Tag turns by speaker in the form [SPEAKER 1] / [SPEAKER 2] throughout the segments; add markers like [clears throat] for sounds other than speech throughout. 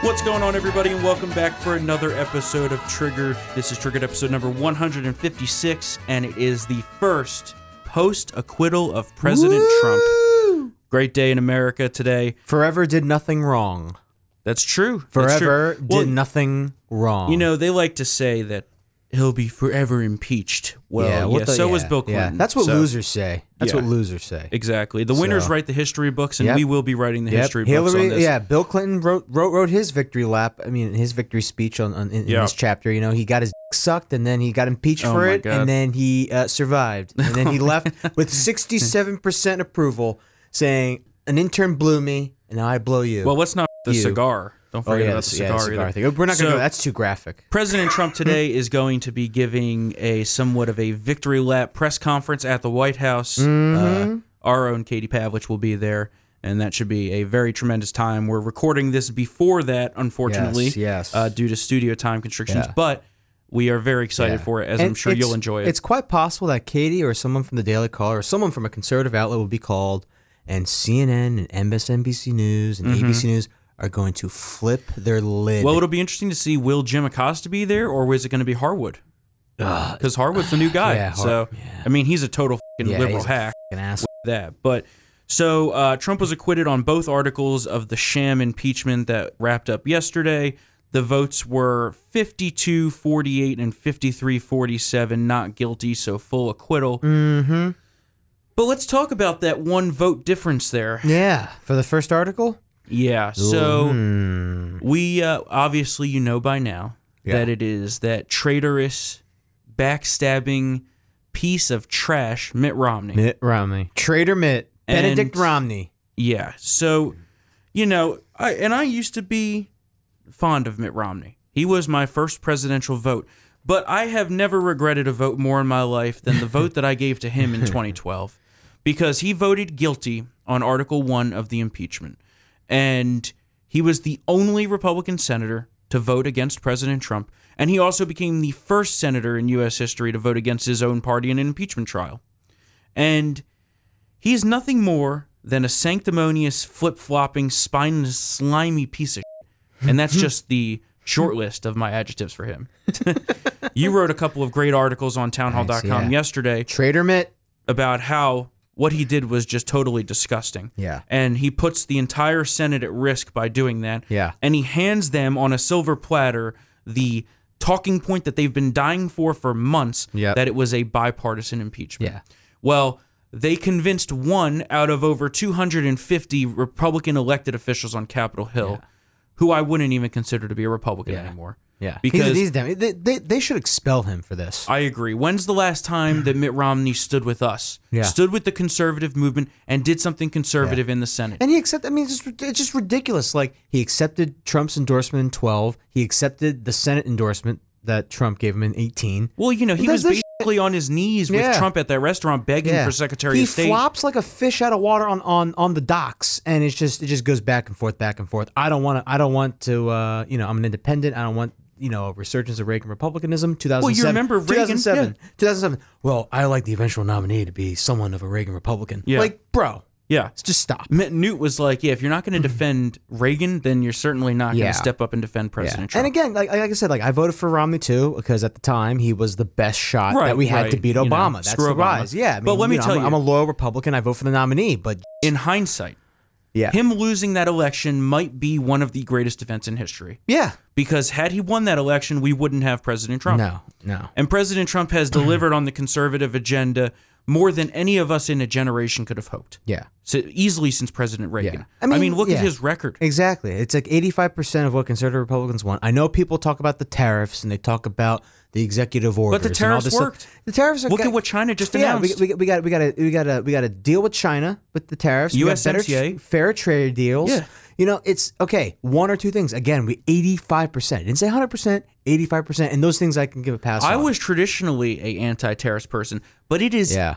[SPEAKER 1] What's going on, everybody, and welcome back for another episode of Trigger. This is Triggered episode number 156, and it is the first post acquittal of President Trump. Great day in America today.
[SPEAKER 2] Forever did nothing wrong.
[SPEAKER 1] That's true. That's true.
[SPEAKER 2] Forever
[SPEAKER 1] Well,
[SPEAKER 2] did nothing wrong.
[SPEAKER 1] You know, they like to say that he'll be forever impeached. Well, yeah,
[SPEAKER 2] yeah. what the-
[SPEAKER 1] so was
[SPEAKER 2] yeah,
[SPEAKER 1] Bill
[SPEAKER 2] yeah.
[SPEAKER 1] Clinton.
[SPEAKER 2] That's what
[SPEAKER 1] so-
[SPEAKER 2] losers say. That's
[SPEAKER 1] Yeah.
[SPEAKER 2] what losers say.
[SPEAKER 1] Exactly. The winners
[SPEAKER 2] So-
[SPEAKER 1] write the history books, and
[SPEAKER 2] Yep.
[SPEAKER 1] we will be writing the
[SPEAKER 2] Yep.
[SPEAKER 1] history books on
[SPEAKER 2] Hillary,
[SPEAKER 1] this.
[SPEAKER 2] yeah, Bill Clinton wrote, wrote wrote his victory lap. I mean, his victory speech on, on in, in
[SPEAKER 1] Yeah.
[SPEAKER 2] this chapter. You know, he got his [laughs] dick sucked, and then he got impeached
[SPEAKER 1] Oh
[SPEAKER 2] for
[SPEAKER 1] my
[SPEAKER 2] it,
[SPEAKER 1] God.
[SPEAKER 2] and then he uh, survived, and
[SPEAKER 1] [laughs]
[SPEAKER 2] then he left with sixty-seven percent approval, saying, "An intern blew me, and now I blow you."
[SPEAKER 1] Well, let's not the
[SPEAKER 2] You.
[SPEAKER 1] cigar. Don't
[SPEAKER 2] oh
[SPEAKER 1] forget
[SPEAKER 2] yeah,
[SPEAKER 1] about
[SPEAKER 2] this-
[SPEAKER 1] the
[SPEAKER 2] yeah,
[SPEAKER 1] cigar,
[SPEAKER 2] the cigar
[SPEAKER 1] either.
[SPEAKER 2] thing. We're not gonna.
[SPEAKER 1] So-
[SPEAKER 2] go, that's too graphic. [coughs]
[SPEAKER 1] President Trump today is going to be giving a somewhat of a victory lap press conference at the White House.
[SPEAKER 2] Mm-hmm.
[SPEAKER 1] Uh, our own Katie Pavlich will be there, and that should be a very tremendous time. We're recording this before that, unfortunately,
[SPEAKER 2] Yes, yes.
[SPEAKER 1] Uh, due to studio time constrictions,
[SPEAKER 2] Yeah.
[SPEAKER 1] but we are very excited
[SPEAKER 2] Yeah.
[SPEAKER 1] for it, as I'm
[SPEAKER 2] And
[SPEAKER 1] sure
[SPEAKER 2] it's-
[SPEAKER 1] you'll enjoy it.
[SPEAKER 2] It's quite possible that Katie or someone from the Daily Caller or someone from a conservative outlet will be called, and CNN and MSNBC News and ABC News are going to flip their lid.
[SPEAKER 1] Mm-hmm. Well, it'll be interesting to see will Jim Acosta be there, or is it going to be Harwood? Because Harwood's the new guy.
[SPEAKER 2] Uh, Yeah, Har-
[SPEAKER 1] so, I mean, he's a total fing
[SPEAKER 2] Yeah,
[SPEAKER 1] liberal
[SPEAKER 2] he's a
[SPEAKER 1] hack.
[SPEAKER 2] F***ing asshole.
[SPEAKER 1] that. But so uh, Trump was acquitted on both articles of the sham impeachment that wrapped up yesterday. The votes were 52 48 and 53 47, not guilty, so full acquittal. Mm-hmm. But let's talk about that one vote difference there.
[SPEAKER 2] Yeah, for the first article.
[SPEAKER 1] Yeah. So we uh, obviously, you know by now that it is that traitorous, backstabbing piece of trash, Mitt Romney.
[SPEAKER 2] Mitt Romney, traitor Mitt,
[SPEAKER 1] And-
[SPEAKER 2] Benedict Romney.
[SPEAKER 1] Yeah. So, you know, I and I used to be fond of Mitt Romney. He was my first presidential vote, but I have never regretted a vote more in my life than the vote that I gave to him in 2012 because he voted guilty on Article 1 of the impeachment. And he was the only Republican senator to vote against President Trump, and he also became the first senator in US history to vote against his own party in an impeachment trial. And he is nothing more than a sanctimonious, flip flopping, spineless, slimy piece of shit. And that's just the short list of my adjectives for him. [laughs] you wrote a couple of great articles on townhall.com
[SPEAKER 2] yeah.
[SPEAKER 1] yesterday
[SPEAKER 2] Traitor Mitt.
[SPEAKER 1] about how what he did was just totally disgusting.
[SPEAKER 2] Yeah.
[SPEAKER 1] And he puts the entire Senate at risk by doing that.
[SPEAKER 2] Yeah.
[SPEAKER 1] And he hands them on a silver platter the talking point that they've been dying for for months
[SPEAKER 2] Yep.
[SPEAKER 1] that it was a bipartisan impeachment.
[SPEAKER 2] Yeah.
[SPEAKER 1] Well, they convinced one out of over 250 Republican elected officials on Capitol Hill who I wouldn't even consider to be a Republican anymore.
[SPEAKER 2] Yeah,
[SPEAKER 1] Because-
[SPEAKER 2] He's- he's dem- they, they they should expel him for this.
[SPEAKER 1] I agree. When's the last time that Mitt Romney stood with us,
[SPEAKER 2] Yeah.
[SPEAKER 1] stood with the conservative movement, and did something conservative in the Senate?
[SPEAKER 2] And he accepted. I mean, it's just, it's just ridiculous. Like he accepted Trump's endorsement in twelve. He accepted the Senate endorsement that Trump gave him in eighteen.
[SPEAKER 1] well, you know, he
[SPEAKER 2] There's
[SPEAKER 1] was
[SPEAKER 2] this
[SPEAKER 1] basically on his knees with
[SPEAKER 2] Yeah.
[SPEAKER 1] Trump at that restaurant begging for Secretary
[SPEAKER 2] he
[SPEAKER 1] of State.
[SPEAKER 2] flops like a fish out of water on, on, on the docks, and it's just it just goes back and forth, back and forth. I don't want to. I don't want to. Uh, you know, I'm an independent. I don't want you know a resurgence of Reagan republicanism. 2007.
[SPEAKER 1] remember Reagan,
[SPEAKER 2] 2007. 2007. Well, I like the eventual nominee to be someone of a Reagan Republican.
[SPEAKER 1] Yeah.
[SPEAKER 2] Like, bro,
[SPEAKER 1] Yeah.
[SPEAKER 2] just stop.
[SPEAKER 1] Mitt Newt was like, yeah, if you're not going to defend Reagan, then you're certainly not going
[SPEAKER 2] Mm-hmm. Yeah.
[SPEAKER 1] to step up and defend President Trump.
[SPEAKER 2] And again, like, like I said, like I voted for Romney too because at the time he was the best shot
[SPEAKER 1] Right,
[SPEAKER 2] that we had to
[SPEAKER 1] right.
[SPEAKER 2] beat
[SPEAKER 1] You know,
[SPEAKER 2] Obama. That's
[SPEAKER 1] screw
[SPEAKER 2] the
[SPEAKER 1] Obama.
[SPEAKER 2] rise. Yeah, I
[SPEAKER 1] But let me
[SPEAKER 2] know,
[SPEAKER 1] tell
[SPEAKER 2] I'm,
[SPEAKER 1] you-
[SPEAKER 2] I'm a loyal Republican. I vote for the nominee, but
[SPEAKER 1] In hindsight,
[SPEAKER 2] yeah,
[SPEAKER 1] him losing that election might be one of the greatest events in history
[SPEAKER 2] yeah,
[SPEAKER 1] because had he won that election, we wouldn't have President Trump.
[SPEAKER 2] no, no.
[SPEAKER 1] And President Trump has
[SPEAKER 2] Mm-hmm.
[SPEAKER 1] delivered on the conservative agenda more than any of us in a generation could have hoped.
[SPEAKER 2] Yeah,
[SPEAKER 1] So easily since President Reagan.
[SPEAKER 2] Yeah.
[SPEAKER 1] I
[SPEAKER 2] I
[SPEAKER 1] mean,
[SPEAKER 2] mean,
[SPEAKER 1] look at
[SPEAKER 2] yeah.
[SPEAKER 1] his record.
[SPEAKER 2] exactly. It's like 85% of what conservative Republicans want. I know people talk about the tariffs and they talk about the executive orders.
[SPEAKER 1] the
[SPEAKER 2] and all
[SPEAKER 1] tariffs
[SPEAKER 2] this stuff.
[SPEAKER 1] worked.
[SPEAKER 2] The tariffs are
[SPEAKER 1] Look
[SPEAKER 2] got-
[SPEAKER 1] at what China just
[SPEAKER 2] Yeah, we,
[SPEAKER 1] announced.
[SPEAKER 2] we, we got we got to we got to we got to deal with China with the tariffs. We got better
[SPEAKER 1] USMCA.
[SPEAKER 2] tr- fair trade deals.
[SPEAKER 1] Yeah.
[SPEAKER 2] You know, it's okay. One or two things. Again, we eighty five percent. Didn't say hundred percent. Eighty five percent, and those things I can give a pass.
[SPEAKER 1] I
[SPEAKER 2] on.
[SPEAKER 1] was traditionally a anti-terrorist person, but it is
[SPEAKER 2] Yeah.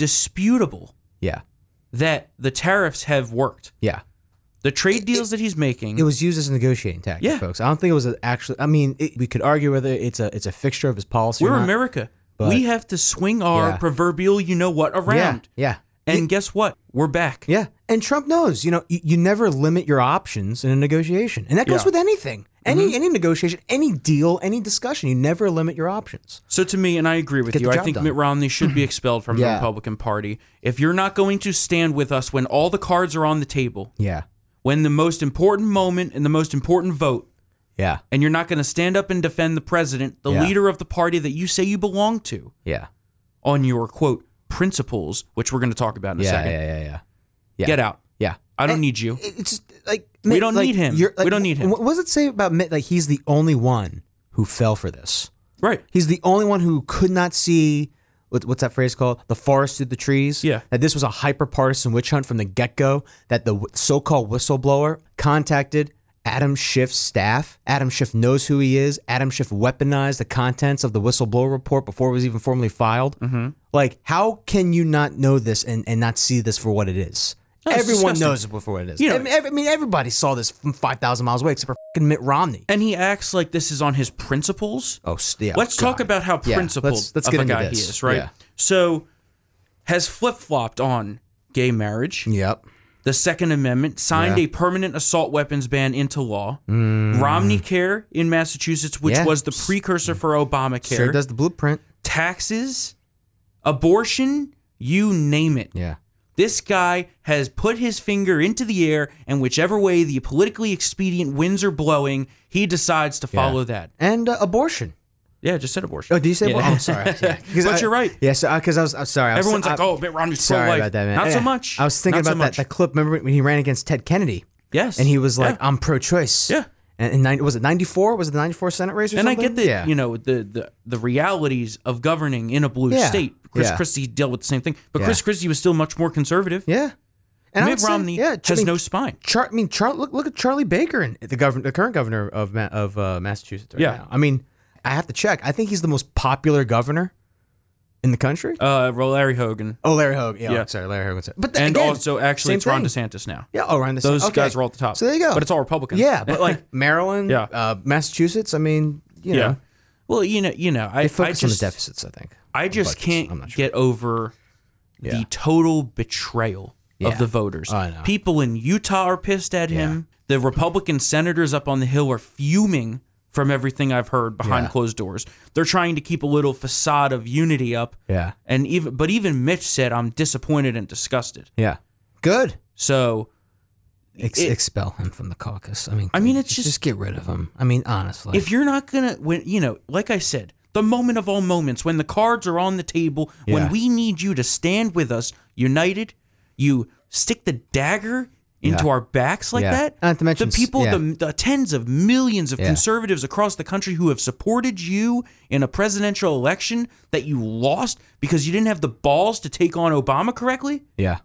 [SPEAKER 1] undisputable
[SPEAKER 2] Yeah,
[SPEAKER 1] that the tariffs have worked.
[SPEAKER 2] yeah.
[SPEAKER 1] The trade deals that he's making
[SPEAKER 2] It was used as a negotiating tactic,
[SPEAKER 1] Yeah.
[SPEAKER 2] folks. I don't think it was a, actually. I mean, it, we could argue whether it's a it's a fixture of his policy.
[SPEAKER 1] We're
[SPEAKER 2] or not.
[SPEAKER 1] America. we have to swing our
[SPEAKER 2] Yeah.
[SPEAKER 1] proverbial you know what around.
[SPEAKER 2] Yeah, yeah.
[SPEAKER 1] And guess what? We're back.
[SPEAKER 2] Yeah. And Trump knows, you know, you, you never limit your options in a negotiation. And that goes
[SPEAKER 1] Yeah. Mm-hmm.
[SPEAKER 2] with anything. Any any negotiation, any deal, any discussion, you never limit your options.
[SPEAKER 1] So to me, and I agree with
[SPEAKER 2] Get the
[SPEAKER 1] you, I
[SPEAKER 2] job
[SPEAKER 1] think
[SPEAKER 2] done.
[SPEAKER 1] Mitt Romney should
[SPEAKER 2] [clears throat]
[SPEAKER 1] be expelled from the
[SPEAKER 2] Yeah.
[SPEAKER 1] Republican Party. If you're not going to stand with us when all the cards are on the table,
[SPEAKER 2] Yeah.
[SPEAKER 1] when the most important moment and the most important vote,
[SPEAKER 2] Yeah.
[SPEAKER 1] and you're not going to stand up and defend the president, the
[SPEAKER 2] Yeah.
[SPEAKER 1] leader of the party that you say you belong to,
[SPEAKER 2] Yeah.
[SPEAKER 1] on your quote principles, which we're going to talk about in a
[SPEAKER 2] Yeah,
[SPEAKER 1] second.
[SPEAKER 2] yeah, yeah, yeah.
[SPEAKER 1] Get out.
[SPEAKER 2] Yeah.
[SPEAKER 1] I don't need you.
[SPEAKER 2] It- It's like
[SPEAKER 1] We
[SPEAKER 2] Mitt,
[SPEAKER 1] don't
[SPEAKER 2] like,
[SPEAKER 1] need him.
[SPEAKER 2] you're-
[SPEAKER 1] We
[SPEAKER 2] like,
[SPEAKER 1] don't need him.
[SPEAKER 2] What what does it say about Mitt? Like he's the only one who fell for this.
[SPEAKER 1] Right.
[SPEAKER 2] He's the only one who could not see what, what's that phrase called? The forest through the trees.
[SPEAKER 1] Yeah.
[SPEAKER 2] That this was a hyper partisan witch hunt from the get go. That the w- so called whistleblower contacted Adam Schiff's staff. Adam Schiff knows who he is. Adam Schiff weaponized the contents of the whistleblower report before it was even formally filed. Mm-hmm. Like, how can you not know this and, and not see this for what it is?
[SPEAKER 1] it's
[SPEAKER 2] Everyone
[SPEAKER 1] disgusting.
[SPEAKER 2] knows it for what it is.
[SPEAKER 1] You know-
[SPEAKER 2] I, mean, every- I mean, everybody saw this from 5,000 miles away except for fing Mitt Romney.
[SPEAKER 1] And he acts like this is on his principles.
[SPEAKER 2] Oh, s- yeah.
[SPEAKER 1] let's talk
[SPEAKER 2] God.
[SPEAKER 1] about how
[SPEAKER 2] Yeah,
[SPEAKER 1] principled
[SPEAKER 2] let's- let's
[SPEAKER 1] of
[SPEAKER 2] get
[SPEAKER 1] a
[SPEAKER 2] into
[SPEAKER 1] guy
[SPEAKER 2] this.
[SPEAKER 1] he is, right?
[SPEAKER 2] Yeah.
[SPEAKER 1] So has flip flopped on gay marriage,
[SPEAKER 2] Yep.
[SPEAKER 1] the Second Amendment, signed a permanent assault weapons ban into law,
[SPEAKER 2] Mm.
[SPEAKER 1] Romney Care in Massachusetts, which
[SPEAKER 2] Yeah.
[SPEAKER 1] was the precursor for Obamacare,
[SPEAKER 2] Sure does the blueprint.
[SPEAKER 1] taxes, abortion, you name it.
[SPEAKER 2] Yeah.
[SPEAKER 1] This guy has put his finger into the air, and whichever way the politically expedient winds are blowing, he decides to follow that.
[SPEAKER 2] and uh, abortion.
[SPEAKER 1] Yeah, just said abortion.
[SPEAKER 2] Oh, did you say?
[SPEAKER 1] Yeah.
[SPEAKER 2] Well,
[SPEAKER 1] [laughs]
[SPEAKER 2] I'm sorry. Yeah. [laughs] 'Cause
[SPEAKER 1] But
[SPEAKER 2] I-
[SPEAKER 1] you're right.
[SPEAKER 2] Yeah, so because I was I'm sorry. I was,
[SPEAKER 1] Everyone's
[SPEAKER 2] I,
[SPEAKER 1] like, "Oh, Mitt Romney's pro-life."
[SPEAKER 2] sorry about that, man.
[SPEAKER 1] Not so
[SPEAKER 2] Yeah.
[SPEAKER 1] much.
[SPEAKER 2] I was thinking
[SPEAKER 1] Not so
[SPEAKER 2] about that,
[SPEAKER 1] much.
[SPEAKER 2] that clip. Remember when he ran against Ted Kennedy,
[SPEAKER 1] yes,
[SPEAKER 2] and he was like,
[SPEAKER 1] Yeah.
[SPEAKER 2] "I'm pro-choice."
[SPEAKER 1] Yeah.
[SPEAKER 2] And, and nine- was it 94? Was it the 94 Senate race or
[SPEAKER 1] and I
[SPEAKER 2] something?
[SPEAKER 1] get the you know the, the the realities of governing in a blue
[SPEAKER 2] Yeah.
[SPEAKER 1] state. Chris
[SPEAKER 2] Yeah.
[SPEAKER 1] Christie dealt with the same thing, but
[SPEAKER 2] Yeah.
[SPEAKER 1] Chris Christie was still much more conservative.
[SPEAKER 2] yeah. And I
[SPEAKER 1] Mitt
[SPEAKER 2] would say-
[SPEAKER 1] Romney
[SPEAKER 2] yeah, I
[SPEAKER 1] has
[SPEAKER 2] mean,
[SPEAKER 1] no spine.
[SPEAKER 2] Char- I mean, Char- look, look at Charlie Baker and the governor, the current governor of Ma- of uh, Massachusetts right
[SPEAKER 1] Yeah.
[SPEAKER 2] now. I mean, I have to check. I think he's the most popular governor in the country.
[SPEAKER 1] Uh, Larry Hogan,
[SPEAKER 2] oh, Larry Hogan. Yeah,
[SPEAKER 1] yeah.
[SPEAKER 2] sorry, Larry Hogan. But th-
[SPEAKER 1] and
[SPEAKER 2] again,
[SPEAKER 1] also actually
[SPEAKER 2] same
[SPEAKER 1] it's Ron
[SPEAKER 2] thing.
[SPEAKER 1] DeSantis now.
[SPEAKER 2] Yeah, oh, around the
[SPEAKER 1] Those
[SPEAKER 2] same.
[SPEAKER 1] guys
[SPEAKER 2] okay.
[SPEAKER 1] were all at the top.
[SPEAKER 2] So there you go.
[SPEAKER 1] But it's all Republicans.
[SPEAKER 2] yeah,
[SPEAKER 1] [laughs]
[SPEAKER 2] but like Maryland,
[SPEAKER 1] Yeah.
[SPEAKER 2] uh, Massachusetts. I mean, you know,
[SPEAKER 1] yeah. Well, you know, you know, I,
[SPEAKER 2] they
[SPEAKER 1] I
[SPEAKER 2] focus
[SPEAKER 1] just
[SPEAKER 2] on the deficits. I think.
[SPEAKER 1] I just
[SPEAKER 2] budgets.
[SPEAKER 1] can't
[SPEAKER 2] I'm not
[SPEAKER 1] get over the total betrayal of
[SPEAKER 2] Yeah.
[SPEAKER 1] the voters.
[SPEAKER 2] I know.
[SPEAKER 1] People in Utah are pissed at him. The Republican senators up on the hill are fuming from everything I've heard behind
[SPEAKER 2] Yeah.
[SPEAKER 1] closed doors. They're trying to keep a little facade of unity up.
[SPEAKER 2] Yeah.
[SPEAKER 1] And even but even Mitch said I'm disappointed and disgusted.
[SPEAKER 2] Yeah. Good.
[SPEAKER 1] So
[SPEAKER 2] Ex-
[SPEAKER 1] It-
[SPEAKER 2] expel him from the caucus. I mean,
[SPEAKER 1] I mean, it's
[SPEAKER 2] just,
[SPEAKER 1] just-
[SPEAKER 2] get rid of him. I mean, honestly.
[SPEAKER 1] if you're not gonna when you know, like I said, the moment of all moments when the cards are on the table, when
[SPEAKER 2] Yeah.
[SPEAKER 1] we need you to stand with us united, you stick the dagger into
[SPEAKER 2] Yeah.
[SPEAKER 1] our backs like
[SPEAKER 2] Yeah.
[SPEAKER 1] that.
[SPEAKER 2] Not to mention
[SPEAKER 1] the
[SPEAKER 2] s-
[SPEAKER 1] people,
[SPEAKER 2] yeah.
[SPEAKER 1] the, the tens of millions of
[SPEAKER 2] Yeah.
[SPEAKER 1] conservatives across the country who have supported you in a presidential election that you lost because you didn't have the balls to take on Obama correctly.
[SPEAKER 2] yeah.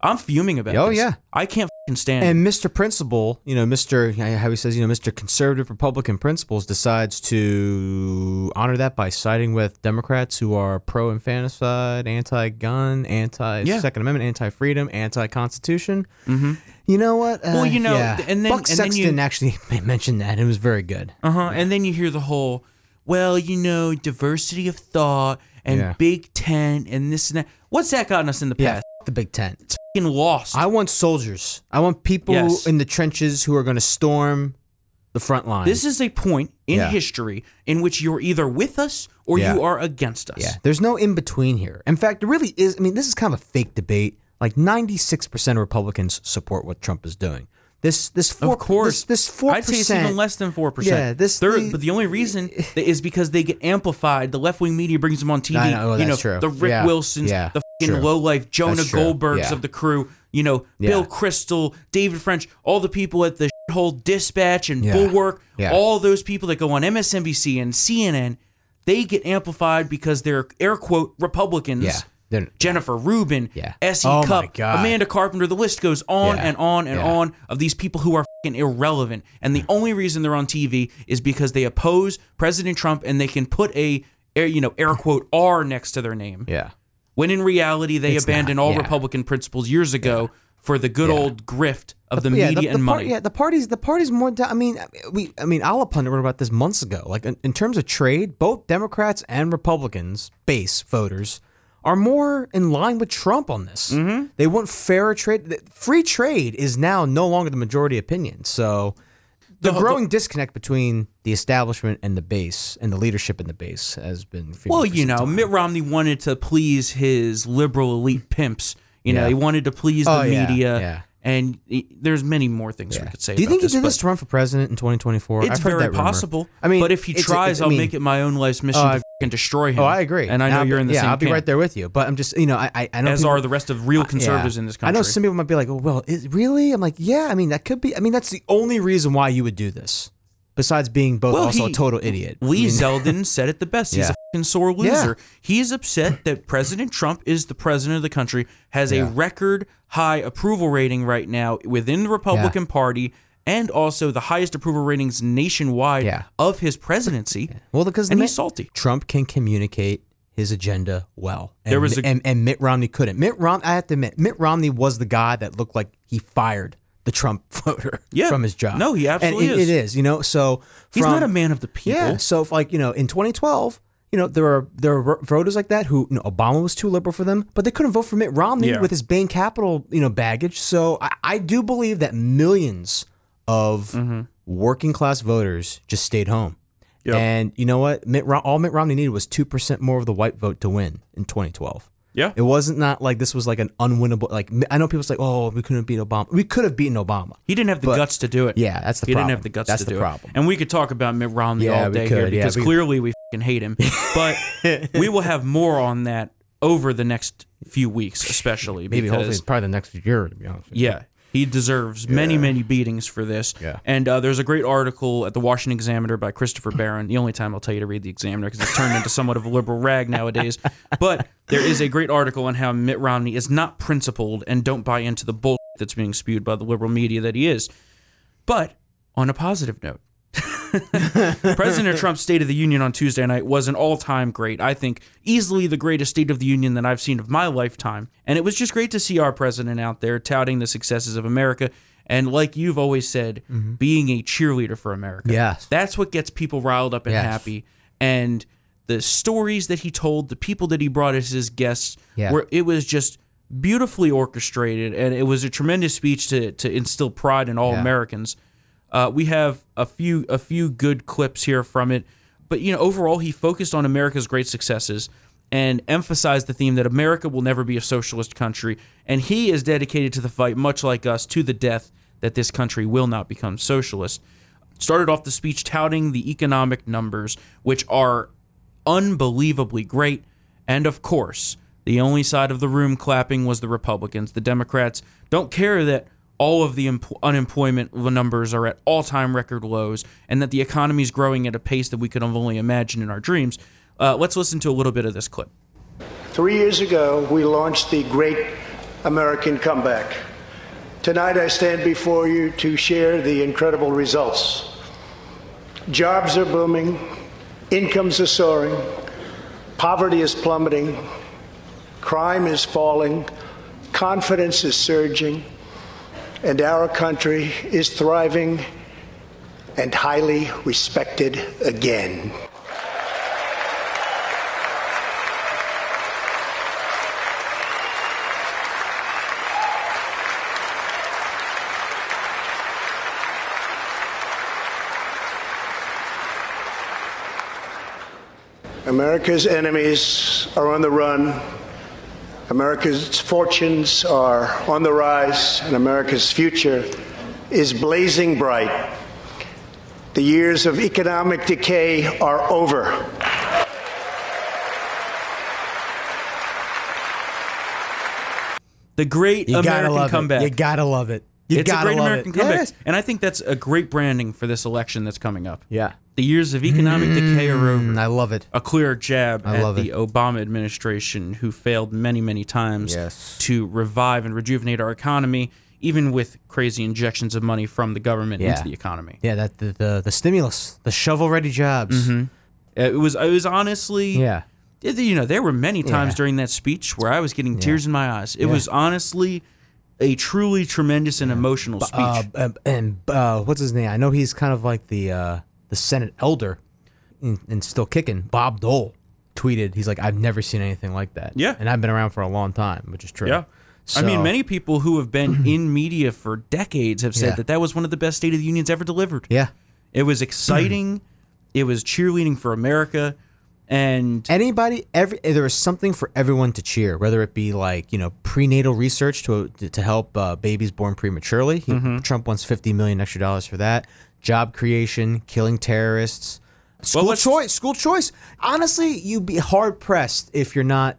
[SPEAKER 1] I'm fuming about
[SPEAKER 2] Oh,
[SPEAKER 1] this.
[SPEAKER 2] yeah.
[SPEAKER 1] I can't fing stand. it.
[SPEAKER 2] And Mr. Principle, you know, Mr. How he says, you know, Mr. Conservative Republican Principles decides to honor that by siding with Democrats who are pro infanticide, anti gun, anti Second Amendment, anti freedom, anti Constitution. Mm-hmm. You know what? Uh,
[SPEAKER 1] Well, you know,
[SPEAKER 2] yeah.
[SPEAKER 1] and then-
[SPEAKER 2] Buck
[SPEAKER 1] and then
[SPEAKER 2] Sexton
[SPEAKER 1] you-
[SPEAKER 2] actually [laughs] mentioned that. It was very good.
[SPEAKER 1] Uh huh. And then you hear the whole, well, you know, diversity of thought and
[SPEAKER 2] Yeah.
[SPEAKER 1] Big Ten and this and that. What's that gotten us in the
[SPEAKER 2] Yeah,
[SPEAKER 1] past?
[SPEAKER 2] f- the Big Ten.
[SPEAKER 1] Fing lost.
[SPEAKER 2] I want soldiers. I want people
[SPEAKER 1] Yes.
[SPEAKER 2] in the trenches who are going to storm the front line.
[SPEAKER 1] this is a point in
[SPEAKER 2] Yeah.
[SPEAKER 1] history in which you're either with us or
[SPEAKER 2] Yeah.
[SPEAKER 1] you are against us.
[SPEAKER 2] Yeah, there's no in between here. In fact, there really is. I mean, this is kind of a fake debate. Like 96% of Republicans support what Trump is doing. This this four
[SPEAKER 1] Of course,
[SPEAKER 2] this, this four
[SPEAKER 1] I'd say it's even less than four percent.
[SPEAKER 2] Yeah, this- the-
[SPEAKER 1] but the only
[SPEAKER 2] [laughs]
[SPEAKER 1] reason that is because they get amplified. The left wing media brings them on TV.
[SPEAKER 2] I know, Oh,
[SPEAKER 1] you know,
[SPEAKER 2] that's true.
[SPEAKER 1] the Rick
[SPEAKER 2] Yeah,
[SPEAKER 1] Wilsons,
[SPEAKER 2] yeah,
[SPEAKER 1] the fucking
[SPEAKER 2] true.
[SPEAKER 1] low life Jonah
[SPEAKER 2] That's true,
[SPEAKER 1] Goldbergs
[SPEAKER 2] yeah.
[SPEAKER 1] of the crew. You know, Bill
[SPEAKER 2] Yeah.
[SPEAKER 1] Crystal, David French, all the people at the whole Dispatch and
[SPEAKER 2] Yeah,
[SPEAKER 1] Bulwark.
[SPEAKER 2] yeah.
[SPEAKER 1] All those people that go on MSNBC and CNN, they get amplified because they're air quote Republicans.
[SPEAKER 2] Yeah, they're-
[SPEAKER 1] Jennifer Rubin,
[SPEAKER 2] Yeah.
[SPEAKER 1] S.E.
[SPEAKER 2] Oh my
[SPEAKER 1] Cup,
[SPEAKER 2] God.
[SPEAKER 1] Amanda Carpenter. The list goes on
[SPEAKER 2] Yeah,
[SPEAKER 1] and on and
[SPEAKER 2] yeah.
[SPEAKER 1] on on of these people who are fing irrelevant. And the only reason they're on TV is because they oppose President Trump and they can put a air, you know air quote R next to their name.
[SPEAKER 2] Yeah.
[SPEAKER 1] When in reality, they abandoned all
[SPEAKER 2] yeah.
[SPEAKER 1] Republican principles years ago for the good old grift of the,
[SPEAKER 2] yeah,
[SPEAKER 1] media and
[SPEAKER 2] par-
[SPEAKER 1] money.
[SPEAKER 2] yeah, the party's the party's more. da- I mean, we. I mean, Alapun wrote about this months ago. Like in, in terms of trade, both Democrats and Republicans base voters are more in line with Trump on this.
[SPEAKER 1] Mm-hmm.
[SPEAKER 2] They want fairer trade. th- Free trade is now no longer the majority opinion. So the,
[SPEAKER 1] The-
[SPEAKER 2] growing disconnect between the establishment and the base and the leadership in the base has been.
[SPEAKER 1] Well, you know, Mitt Romney wanted to please his liberal elite pimps. You know,
[SPEAKER 2] Yeah.
[SPEAKER 1] he wanted to please the
[SPEAKER 2] Oh, yeah,
[SPEAKER 1] media.
[SPEAKER 2] yeah.
[SPEAKER 1] And he- there's many more things we could say.
[SPEAKER 2] Do you
[SPEAKER 1] about
[SPEAKER 2] think he
[SPEAKER 1] this,
[SPEAKER 2] did
[SPEAKER 1] but
[SPEAKER 2] this to run for president in 2024?
[SPEAKER 1] It's
[SPEAKER 2] I've heard
[SPEAKER 1] very
[SPEAKER 2] that rumor.
[SPEAKER 1] possible.
[SPEAKER 2] I mean,
[SPEAKER 1] but if he
[SPEAKER 2] it's-
[SPEAKER 1] tries,
[SPEAKER 2] I
[SPEAKER 1] I'll
[SPEAKER 2] mean-
[SPEAKER 1] make it my own life's mission
[SPEAKER 2] I-
[SPEAKER 1] to fing destroy him.
[SPEAKER 2] Oh, I agree,
[SPEAKER 1] And I know
[SPEAKER 2] I'll
[SPEAKER 1] you're in the
[SPEAKER 2] yeah,
[SPEAKER 1] same
[SPEAKER 2] I'll be
[SPEAKER 1] camp,
[SPEAKER 2] right there with you. But I'm just, you know, I, I, I know
[SPEAKER 1] as
[SPEAKER 2] people-
[SPEAKER 1] are the rest of real
[SPEAKER 2] Yeah.
[SPEAKER 1] conservatives in this country.
[SPEAKER 2] I know some people might be like, "Oh, well, is, really?" I'm like, "Yeah, I mean, that could be. I mean, that's the only reason why you would do this, besides being both
[SPEAKER 1] Well,
[SPEAKER 2] also
[SPEAKER 1] he-
[SPEAKER 2] a total idiot."
[SPEAKER 1] Lee
[SPEAKER 2] I mean, [laughs]
[SPEAKER 1] Zeldin said it the best. He's
[SPEAKER 2] Yeah.
[SPEAKER 1] a fucking sore
[SPEAKER 2] Yeah.
[SPEAKER 1] loser. He's upset that President Trump is the president of the country, has a
[SPEAKER 2] Yeah.
[SPEAKER 1] record high approval rating right now within the Republican Party, and also the highest approval ratings nationwide
[SPEAKER 2] Yeah.
[SPEAKER 1] of his presidency.
[SPEAKER 2] well, because
[SPEAKER 1] And
[SPEAKER 2] Mitt-
[SPEAKER 1] he's salty.
[SPEAKER 2] Trump can communicate his agenda well. And,
[SPEAKER 1] There was a-
[SPEAKER 2] and, and Mitt Romney couldn't. Mitt Rom, I have to admit, Mitt Romney was the guy that looked like he fired the Trump [laughs] voter
[SPEAKER 1] Yeah.
[SPEAKER 2] from his job.
[SPEAKER 1] No, he
[SPEAKER 2] And
[SPEAKER 1] absolutely
[SPEAKER 2] it-
[SPEAKER 1] is.
[SPEAKER 2] It is, you know. So
[SPEAKER 1] He's
[SPEAKER 2] from-
[SPEAKER 1] not a man of the people.
[SPEAKER 2] Yeah. So if like you know in 2012, you know there are there are voters like that who you know, Obama was too liberal for them, but they couldn't vote for Mitt Romney
[SPEAKER 1] Yeah.
[SPEAKER 2] with his Bain Capital you know baggage. So I, I do believe that millions of working class voters just stayed home.
[SPEAKER 1] Mm-hmm. Yep.
[SPEAKER 2] And you know what? Mitt Rom- all Mitt Romney needed was two percent more of the white vote to win in 2012.
[SPEAKER 1] Yeah.
[SPEAKER 2] It wasn't not like this was like an unwinnable. Like I know people say, "Oh, we couldn't beat Obama. We could have beaten Obama."
[SPEAKER 1] He didn't have the guts to do it.
[SPEAKER 2] Yeah, that's the
[SPEAKER 1] He
[SPEAKER 2] problem.
[SPEAKER 1] didn't have the guts
[SPEAKER 2] That's
[SPEAKER 1] to
[SPEAKER 2] the
[SPEAKER 1] do
[SPEAKER 2] problem.
[SPEAKER 1] it. And we could talk about Mitt Romney
[SPEAKER 2] Yeah,
[SPEAKER 1] all
[SPEAKER 2] we
[SPEAKER 1] day here
[SPEAKER 2] could. Yeah,
[SPEAKER 1] because
[SPEAKER 2] we-
[SPEAKER 1] clearly we fing hate
[SPEAKER 2] [laughs]
[SPEAKER 1] him. But we will have more on that over the next few weeks, especially.
[SPEAKER 2] Maybe
[SPEAKER 1] because
[SPEAKER 2] hopefully probably the next year to be honest. With you.
[SPEAKER 1] Yeah. He deserves many, many beatings for this.
[SPEAKER 2] Yeah.
[SPEAKER 1] And uh, there's a great article at the Washington Examiner by Christopher Barron. The only time I'll tell you to read the Examiner because it's turned into somewhat of a liberal rag nowadays. But there is a great article on how Mitt Romney is not principled and don't buy into the bull [laughs] that's being spewed by the liberal media that he is. But on a positive note, [laughs]
[SPEAKER 2] [laughs]
[SPEAKER 1] President Trump's State of the Union on Tuesday night was an all time great. I think easily the greatest State of the Union that I've seen of my lifetime. And it was just great to see our president out there touting the successes of America. And like you've always said, being a cheerleader for America.
[SPEAKER 2] Mm-hmm. Yes.
[SPEAKER 1] That's what gets people riled up and
[SPEAKER 2] Yes.
[SPEAKER 1] happy. And the stories that he told, the people that he brought as his guests,
[SPEAKER 2] Yeah.
[SPEAKER 1] were it was just beautifully orchestrated and it was a tremendous speech to to instill pride in all
[SPEAKER 2] Yeah.
[SPEAKER 1] Americans. Uh, we have a few a few good clips here from it, but you know overall he focused on America's great successes and emphasized the theme that America will never be a socialist country, and he is dedicated to the fight, much like us, to the death that this country will not become socialist. Started off the speech touting the economic numbers, which are unbelievably great. And of course, the only side of the room clapping was the Republicans. The Democrats don't care that all of the empl- unemployment numbers are at all time record lows and that the economy is growing at a pace that we could have only imagined in our dreams. Uh, let's listen to a little bit of this clip.
[SPEAKER 3] Three years ago, we launched the Great American Comeback. Tonight, I stand before you to share the incredible results. Jobs are booming, incomes are soaring, poverty is plummeting, crime is falling, confidence is surging, and our country is thriving and highly respected again. America's enemies are on the run. America's fortunes are on the rise, and America's future is blazing bright. The years of economic decay are over.
[SPEAKER 1] The Great
[SPEAKER 2] You gotta
[SPEAKER 1] American
[SPEAKER 2] love
[SPEAKER 1] Comeback.
[SPEAKER 2] it. You gotta love it. You
[SPEAKER 1] it's a
[SPEAKER 2] gotta
[SPEAKER 1] great
[SPEAKER 2] love
[SPEAKER 1] American
[SPEAKER 2] it.
[SPEAKER 1] comeback.
[SPEAKER 2] Yes.
[SPEAKER 1] And I think that's a great branding for this election that's coming up.
[SPEAKER 2] Yeah.
[SPEAKER 1] The years of economic decay are over.
[SPEAKER 2] Mm, I love it.
[SPEAKER 1] a clear jab at
[SPEAKER 2] love
[SPEAKER 1] the Obama administration, who failed many, many times
[SPEAKER 2] Yes.
[SPEAKER 1] to revive and rejuvenate our economy, even with crazy injections of money from the government
[SPEAKER 2] Yeah.
[SPEAKER 1] into the economy.
[SPEAKER 2] Yeah, that the the, the stimulus, the shovel ready jobs.
[SPEAKER 1] Mm-hmm. It was, it was honestly,
[SPEAKER 2] Yeah.
[SPEAKER 1] it- you know, there were many times
[SPEAKER 2] Yeah.
[SPEAKER 1] during that speech where I was getting tears in my eyes. It was honestly a truly tremendous and emotional speech.
[SPEAKER 2] Uh, um, and uh, what's his name? I know he's kind of like the uh, the Senate elder and, and still kicking. Bob Dole tweeted, he's like, I've never seen anything like that.
[SPEAKER 1] Yeah.
[SPEAKER 2] And I've been around for a long time, which is true.
[SPEAKER 1] Yeah. I
[SPEAKER 2] So-
[SPEAKER 1] mean, many people who have been
[SPEAKER 2] [clears throat]
[SPEAKER 1] in media for decades have said
[SPEAKER 2] Yeah.
[SPEAKER 1] that that was one of the best State of the Unions ever delivered.
[SPEAKER 2] Yeah.
[SPEAKER 1] It was exciting. it was cheerleading for America. And
[SPEAKER 2] Anybody, every there was something for everyone to cheer, whether it be like you know prenatal research to to help uh, babies born prematurely. He,
[SPEAKER 1] Mm-hmm.
[SPEAKER 2] Trump wants fifty million extra dollars for that. Job creation, killing terrorists, school
[SPEAKER 1] let's-
[SPEAKER 2] choice, school choice. Honestly, you'd be hard pressed if you're not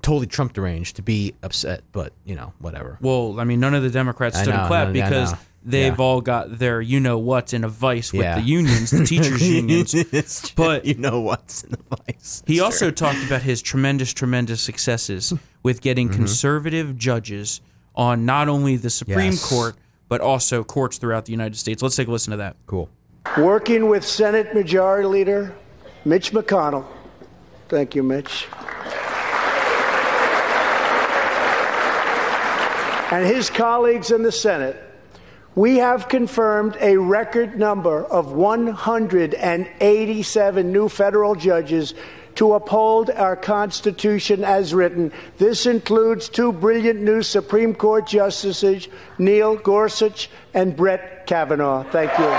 [SPEAKER 2] totally Trump deranged to be upset. But you know, whatever.
[SPEAKER 1] well, I mean, none of the Democrats
[SPEAKER 2] I
[SPEAKER 1] stood
[SPEAKER 2] know,
[SPEAKER 1] and clapped
[SPEAKER 2] no, yeah, I
[SPEAKER 1] because
[SPEAKER 2] know.
[SPEAKER 1] they've
[SPEAKER 2] Yeah.
[SPEAKER 1] all got their you know what in a vice with
[SPEAKER 2] Yeah.
[SPEAKER 1] the unions, the
[SPEAKER 2] [laughs]
[SPEAKER 1] teachers' unions.
[SPEAKER 2] It's-
[SPEAKER 1] But-
[SPEAKER 2] you know what's in the vice.
[SPEAKER 1] He also talked about his tremendous, tremendous successes with getting
[SPEAKER 2] Mm-hmm.
[SPEAKER 1] conservative judges on not only the Supreme
[SPEAKER 2] Yes.
[SPEAKER 1] Court, but also courts throughout the United States. Let's take a listen to that.
[SPEAKER 2] cool.
[SPEAKER 3] Working with Senate Majority Leader Mitch McConnell. Thank you, Mitch. And his colleagues in the Senate, we have confirmed a record number of 187 new federal judges to uphold our Constitution as written. This includes two brilliant new Supreme Court justices, Neil Gorsuch and Brett Kavanaugh. Thank you.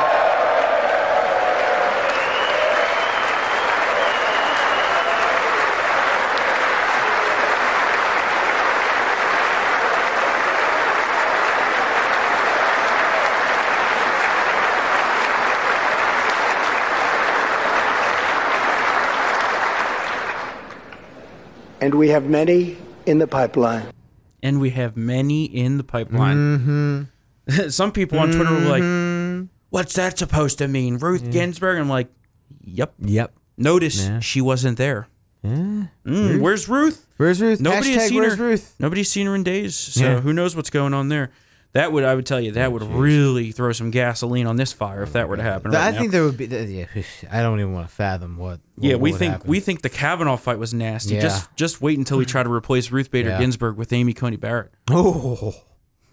[SPEAKER 3] and we have many in the pipeline.
[SPEAKER 1] and we have many in the pipeline. [laughs]
[SPEAKER 2] Mm-hmm.
[SPEAKER 1] Some people on Twitter were like, "What's that supposed to mean?" Ruth Ginsburg. I'm like, "Yep."
[SPEAKER 2] Yep.
[SPEAKER 1] Notice she wasn't there. Mm, where's Ruth?
[SPEAKER 2] Where's Ruth?
[SPEAKER 1] Nobody has
[SPEAKER 2] Hashtag
[SPEAKER 1] seen
[SPEAKER 2] where's
[SPEAKER 1] her.
[SPEAKER 2] Ruth?
[SPEAKER 1] Nobody's seen her in days. So
[SPEAKER 2] Yeah.
[SPEAKER 1] who knows what's going on there? That would I would tell you that would really throw some gasoline on this fire if that were to happen. Right
[SPEAKER 2] I
[SPEAKER 1] now.
[SPEAKER 2] think there would be. Yeah, [laughs] I don't even want to fathom what.
[SPEAKER 1] Yeah,
[SPEAKER 2] what
[SPEAKER 1] we
[SPEAKER 2] would
[SPEAKER 1] think
[SPEAKER 2] happen.
[SPEAKER 1] we [laughs] think the Kavanaugh fight was nasty.
[SPEAKER 2] Yeah.
[SPEAKER 1] Just just wait until we try to replace Ruth Bader
[SPEAKER 2] Yeah.
[SPEAKER 1] Ginsburg with Amy Coney Barrett.
[SPEAKER 2] Oh,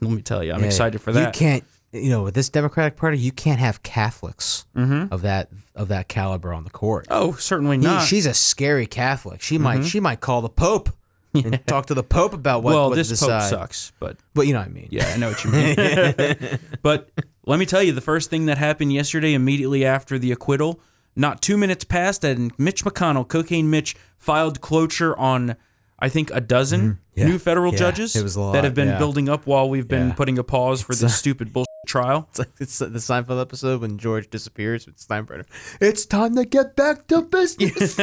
[SPEAKER 1] Let me tell you, I'm
[SPEAKER 2] yeah.
[SPEAKER 1] excited for
[SPEAKER 2] You
[SPEAKER 1] that.
[SPEAKER 2] can't, you know, with this Democratic Party, you can't have Catholics
[SPEAKER 1] Mm-hmm.
[SPEAKER 2] of that of that caliber on the court.
[SPEAKER 1] Oh, certainly
[SPEAKER 2] He-
[SPEAKER 1] not.
[SPEAKER 2] she's a scary Catholic. She might
[SPEAKER 1] Mm-hmm.
[SPEAKER 2] she might call the Pope
[SPEAKER 1] [laughs]
[SPEAKER 2] and talk to the Pope about what.
[SPEAKER 1] well,
[SPEAKER 2] what
[SPEAKER 1] this
[SPEAKER 2] to
[SPEAKER 1] pope
[SPEAKER 2] decide.
[SPEAKER 1] sucks, but
[SPEAKER 2] But you know what I mean.
[SPEAKER 1] yeah, I know what you mean. [laughs] but let me tell you, the first thing that happened yesterday, immediately after the acquittal, not two minutes passed, and Mitch McConnell, Cocaine Mitch, filed cloture on, I think, a dozen new federal
[SPEAKER 2] Mm-hmm. Yeah,
[SPEAKER 1] judges
[SPEAKER 2] it was a lot,
[SPEAKER 1] that have been
[SPEAKER 2] yeah.
[SPEAKER 1] building up while we've been putting a pause for this stupid bullshit trial.
[SPEAKER 2] It's like it's the Seinfeld episode when George disappears with Steinbrenner. It's time to get back to business.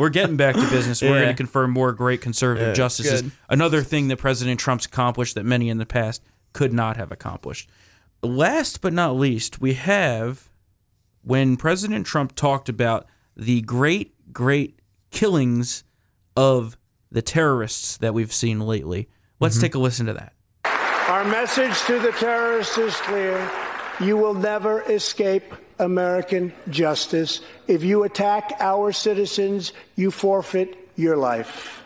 [SPEAKER 1] We're getting back to business. We're
[SPEAKER 2] Yeah.
[SPEAKER 1] going to confirm more great conservative justices.
[SPEAKER 2] good.
[SPEAKER 1] Another thing that President Trump's accomplished that many in the past could not have accomplished. Last but not least, we have when President Trump talked about the great, great killings of the terrorists that we've seen lately.
[SPEAKER 2] Mm-hmm.
[SPEAKER 1] Let's take a listen to that.
[SPEAKER 3] Our message to the terrorists is clear. You will never escape American justice. If you attack our citizens, you forfeit your life.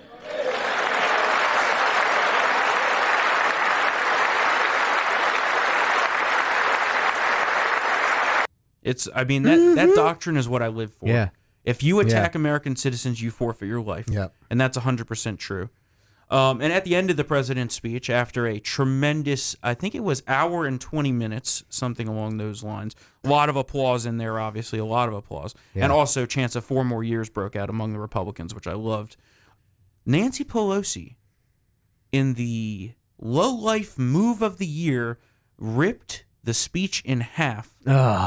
[SPEAKER 1] It's I mean that that doctrine is what I live for.
[SPEAKER 2] Mm-hmm. Yeah.
[SPEAKER 1] If you attack American citizens, you forfeit your life.
[SPEAKER 2] Yep.
[SPEAKER 1] And that's 100% true. Um, and at the end of the president's speech, after a tremendous, I think it was hour and 20 minutes, something along those lines, a lot of applause in there, obviously, a lot of applause. And also, chance of four more years broke out among the Republicans, which I loved. Nancy Pelosi, in the low life move of the year, ripped the speech in half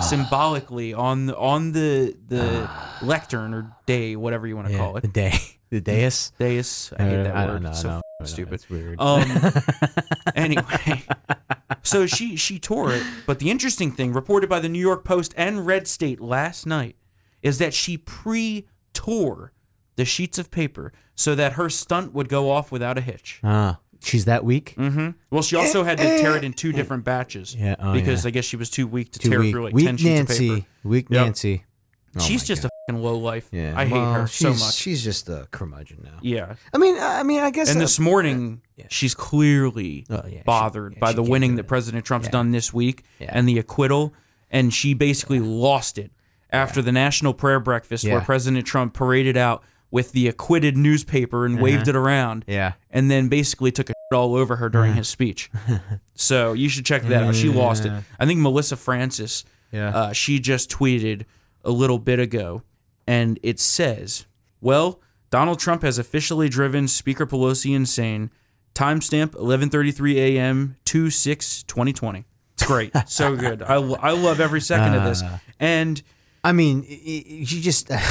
[SPEAKER 1] symbolically on the, on the the lectern or day, whatever you want to [laughs] call it.
[SPEAKER 2] the day, the dais.
[SPEAKER 1] Deus. I hate that
[SPEAKER 2] Uh, I don't
[SPEAKER 1] word.
[SPEAKER 2] know,
[SPEAKER 1] It's
[SPEAKER 2] I
[SPEAKER 1] so
[SPEAKER 2] know,
[SPEAKER 1] f-
[SPEAKER 2] I know,
[SPEAKER 1] stupid.
[SPEAKER 2] it's weird.
[SPEAKER 1] Um.
[SPEAKER 2] [laughs]
[SPEAKER 1] anyway, so she she tore it. But the interesting thing, reported by the New York Post and Red State last night, is that she pre-tore the sheets of paper so that her stunt would go off without a hitch.
[SPEAKER 2] Ah, she's that weak.
[SPEAKER 1] Mm-hmm. Well, she also had to tear it in
[SPEAKER 2] [coughs]
[SPEAKER 1] two different batches
[SPEAKER 2] Yeah, oh,
[SPEAKER 1] because I guess she was too weak to
[SPEAKER 2] Too
[SPEAKER 1] tear
[SPEAKER 2] weak.
[SPEAKER 1] through like
[SPEAKER 2] weak
[SPEAKER 1] ten
[SPEAKER 2] Nancy.
[SPEAKER 1] sheets of paper.
[SPEAKER 2] Weak
[SPEAKER 1] Yep.
[SPEAKER 2] Nancy. Oh
[SPEAKER 1] she's
[SPEAKER 2] my
[SPEAKER 1] just a fing low life.
[SPEAKER 2] Yeah,
[SPEAKER 1] I hate
[SPEAKER 2] well,
[SPEAKER 1] her so
[SPEAKER 2] she's-
[SPEAKER 1] much.
[SPEAKER 2] She's just a curmudgeon now.
[SPEAKER 1] Yeah.
[SPEAKER 2] I mean, I mean, I guess.
[SPEAKER 1] And
[SPEAKER 2] uh,
[SPEAKER 1] this morning, she's clearly
[SPEAKER 2] Oh, yeah, she-
[SPEAKER 1] bothered
[SPEAKER 2] yeah,
[SPEAKER 1] by
[SPEAKER 2] she
[SPEAKER 1] the
[SPEAKER 2] can't do
[SPEAKER 1] winning
[SPEAKER 2] it.
[SPEAKER 1] that President Trump's done this week and the acquittal, and she basically lost it after the National Prayer Breakfast,
[SPEAKER 2] Yeah.
[SPEAKER 1] where President Trump paraded out with the acquitted newspaper and waved
[SPEAKER 2] Uh-huh.
[SPEAKER 1] it around,
[SPEAKER 2] Yeah.
[SPEAKER 1] and then basically took a shit all over her during his speech.
[SPEAKER 2] [laughs]
[SPEAKER 1] so you should check that out. She lost it. I think Melissa Francis,
[SPEAKER 2] Yeah.
[SPEAKER 1] uh, she just tweeted a little bit ago, and it says, "Well, Donald Trump has officially driven Speaker Pelosi insane." Timestamp 11:33 a.m. 2/6/2020. It's
[SPEAKER 2] [laughs]
[SPEAKER 1] great, so good. I, lo- I love every second of
[SPEAKER 2] Uh.
[SPEAKER 1] this. And
[SPEAKER 2] I mean, i- i- you just. [laughs]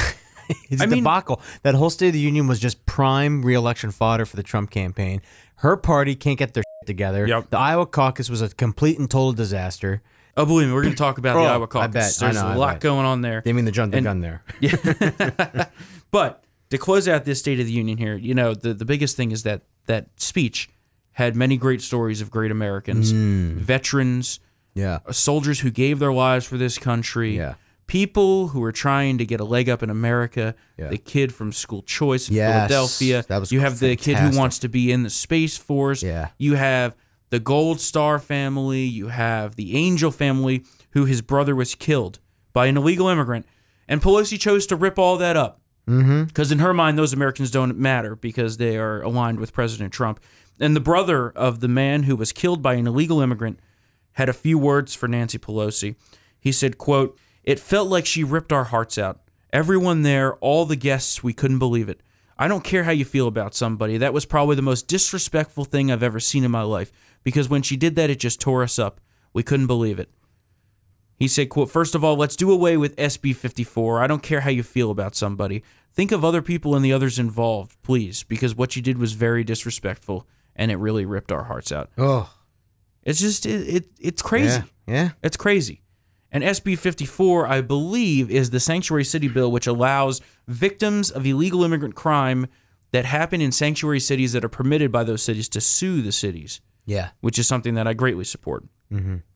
[SPEAKER 2] It's a
[SPEAKER 1] I mean-
[SPEAKER 2] debacle. That whole State of the Union was just prime reelection fodder for the Trump campaign. Her party can't get their shit together.
[SPEAKER 1] Yep.
[SPEAKER 2] The Iowa caucus was a complete and total disaster.
[SPEAKER 1] oh, believe me, we're going to talk about
[SPEAKER 2] Oh,
[SPEAKER 1] the Iowa
[SPEAKER 2] I
[SPEAKER 1] caucus.
[SPEAKER 2] bet. I
[SPEAKER 1] There's
[SPEAKER 2] know, I
[SPEAKER 1] a lot
[SPEAKER 2] bet.
[SPEAKER 1] going on there.
[SPEAKER 2] They mean the jump the gun there.
[SPEAKER 1] But to close out this State of the Union here, you know, the, the biggest thing is that that speech had many great stories of great Americans,
[SPEAKER 2] Mm.
[SPEAKER 1] veterans,
[SPEAKER 2] Yeah.
[SPEAKER 1] soldiers who gave their lives for this country,
[SPEAKER 2] Yeah.
[SPEAKER 1] people who were trying to get a leg up in America,
[SPEAKER 2] Yeah.
[SPEAKER 1] the kid from school choice in
[SPEAKER 2] Yes,
[SPEAKER 1] Philadelphia.
[SPEAKER 2] that was
[SPEAKER 1] you have the kid who
[SPEAKER 2] fantastic.
[SPEAKER 1] wants to be in the Space Force.
[SPEAKER 2] Yeah.
[SPEAKER 1] You have the Gold Star family. You have the Angel family, who his brother was killed by an illegal immigrant. And Pelosi chose to rip all that up. Because in her mind, those Americans don't matter because they are aligned with President Trump. And the brother of the man who was killed by an illegal immigrant had a few words for Nancy Pelosi. He said, quote, It felt like she ripped our hearts out. Everyone there, all the guests, we couldn't believe it. I don't care how you feel about somebody. That was probably the most disrespectful thing I've ever seen in my life because when she did that, it just tore us up. We couldn't believe it. He said, quote, first of all, let's do away with SB 54. I don't care how you feel about somebody. Think of other people and the others involved, please, because what you did was very disrespectful and it really ripped our hearts out.
[SPEAKER 2] Oh.
[SPEAKER 1] It's just, it, it it's crazy.
[SPEAKER 2] Yeah. yeah.
[SPEAKER 1] It's crazy. And SB 54, I believe, is the sanctuary city bill which allows victims of illegal immigrant crime that happen in sanctuary cities that are permitted by those cities to sue the cities
[SPEAKER 2] Yeah.
[SPEAKER 1] which is something that I greatly support.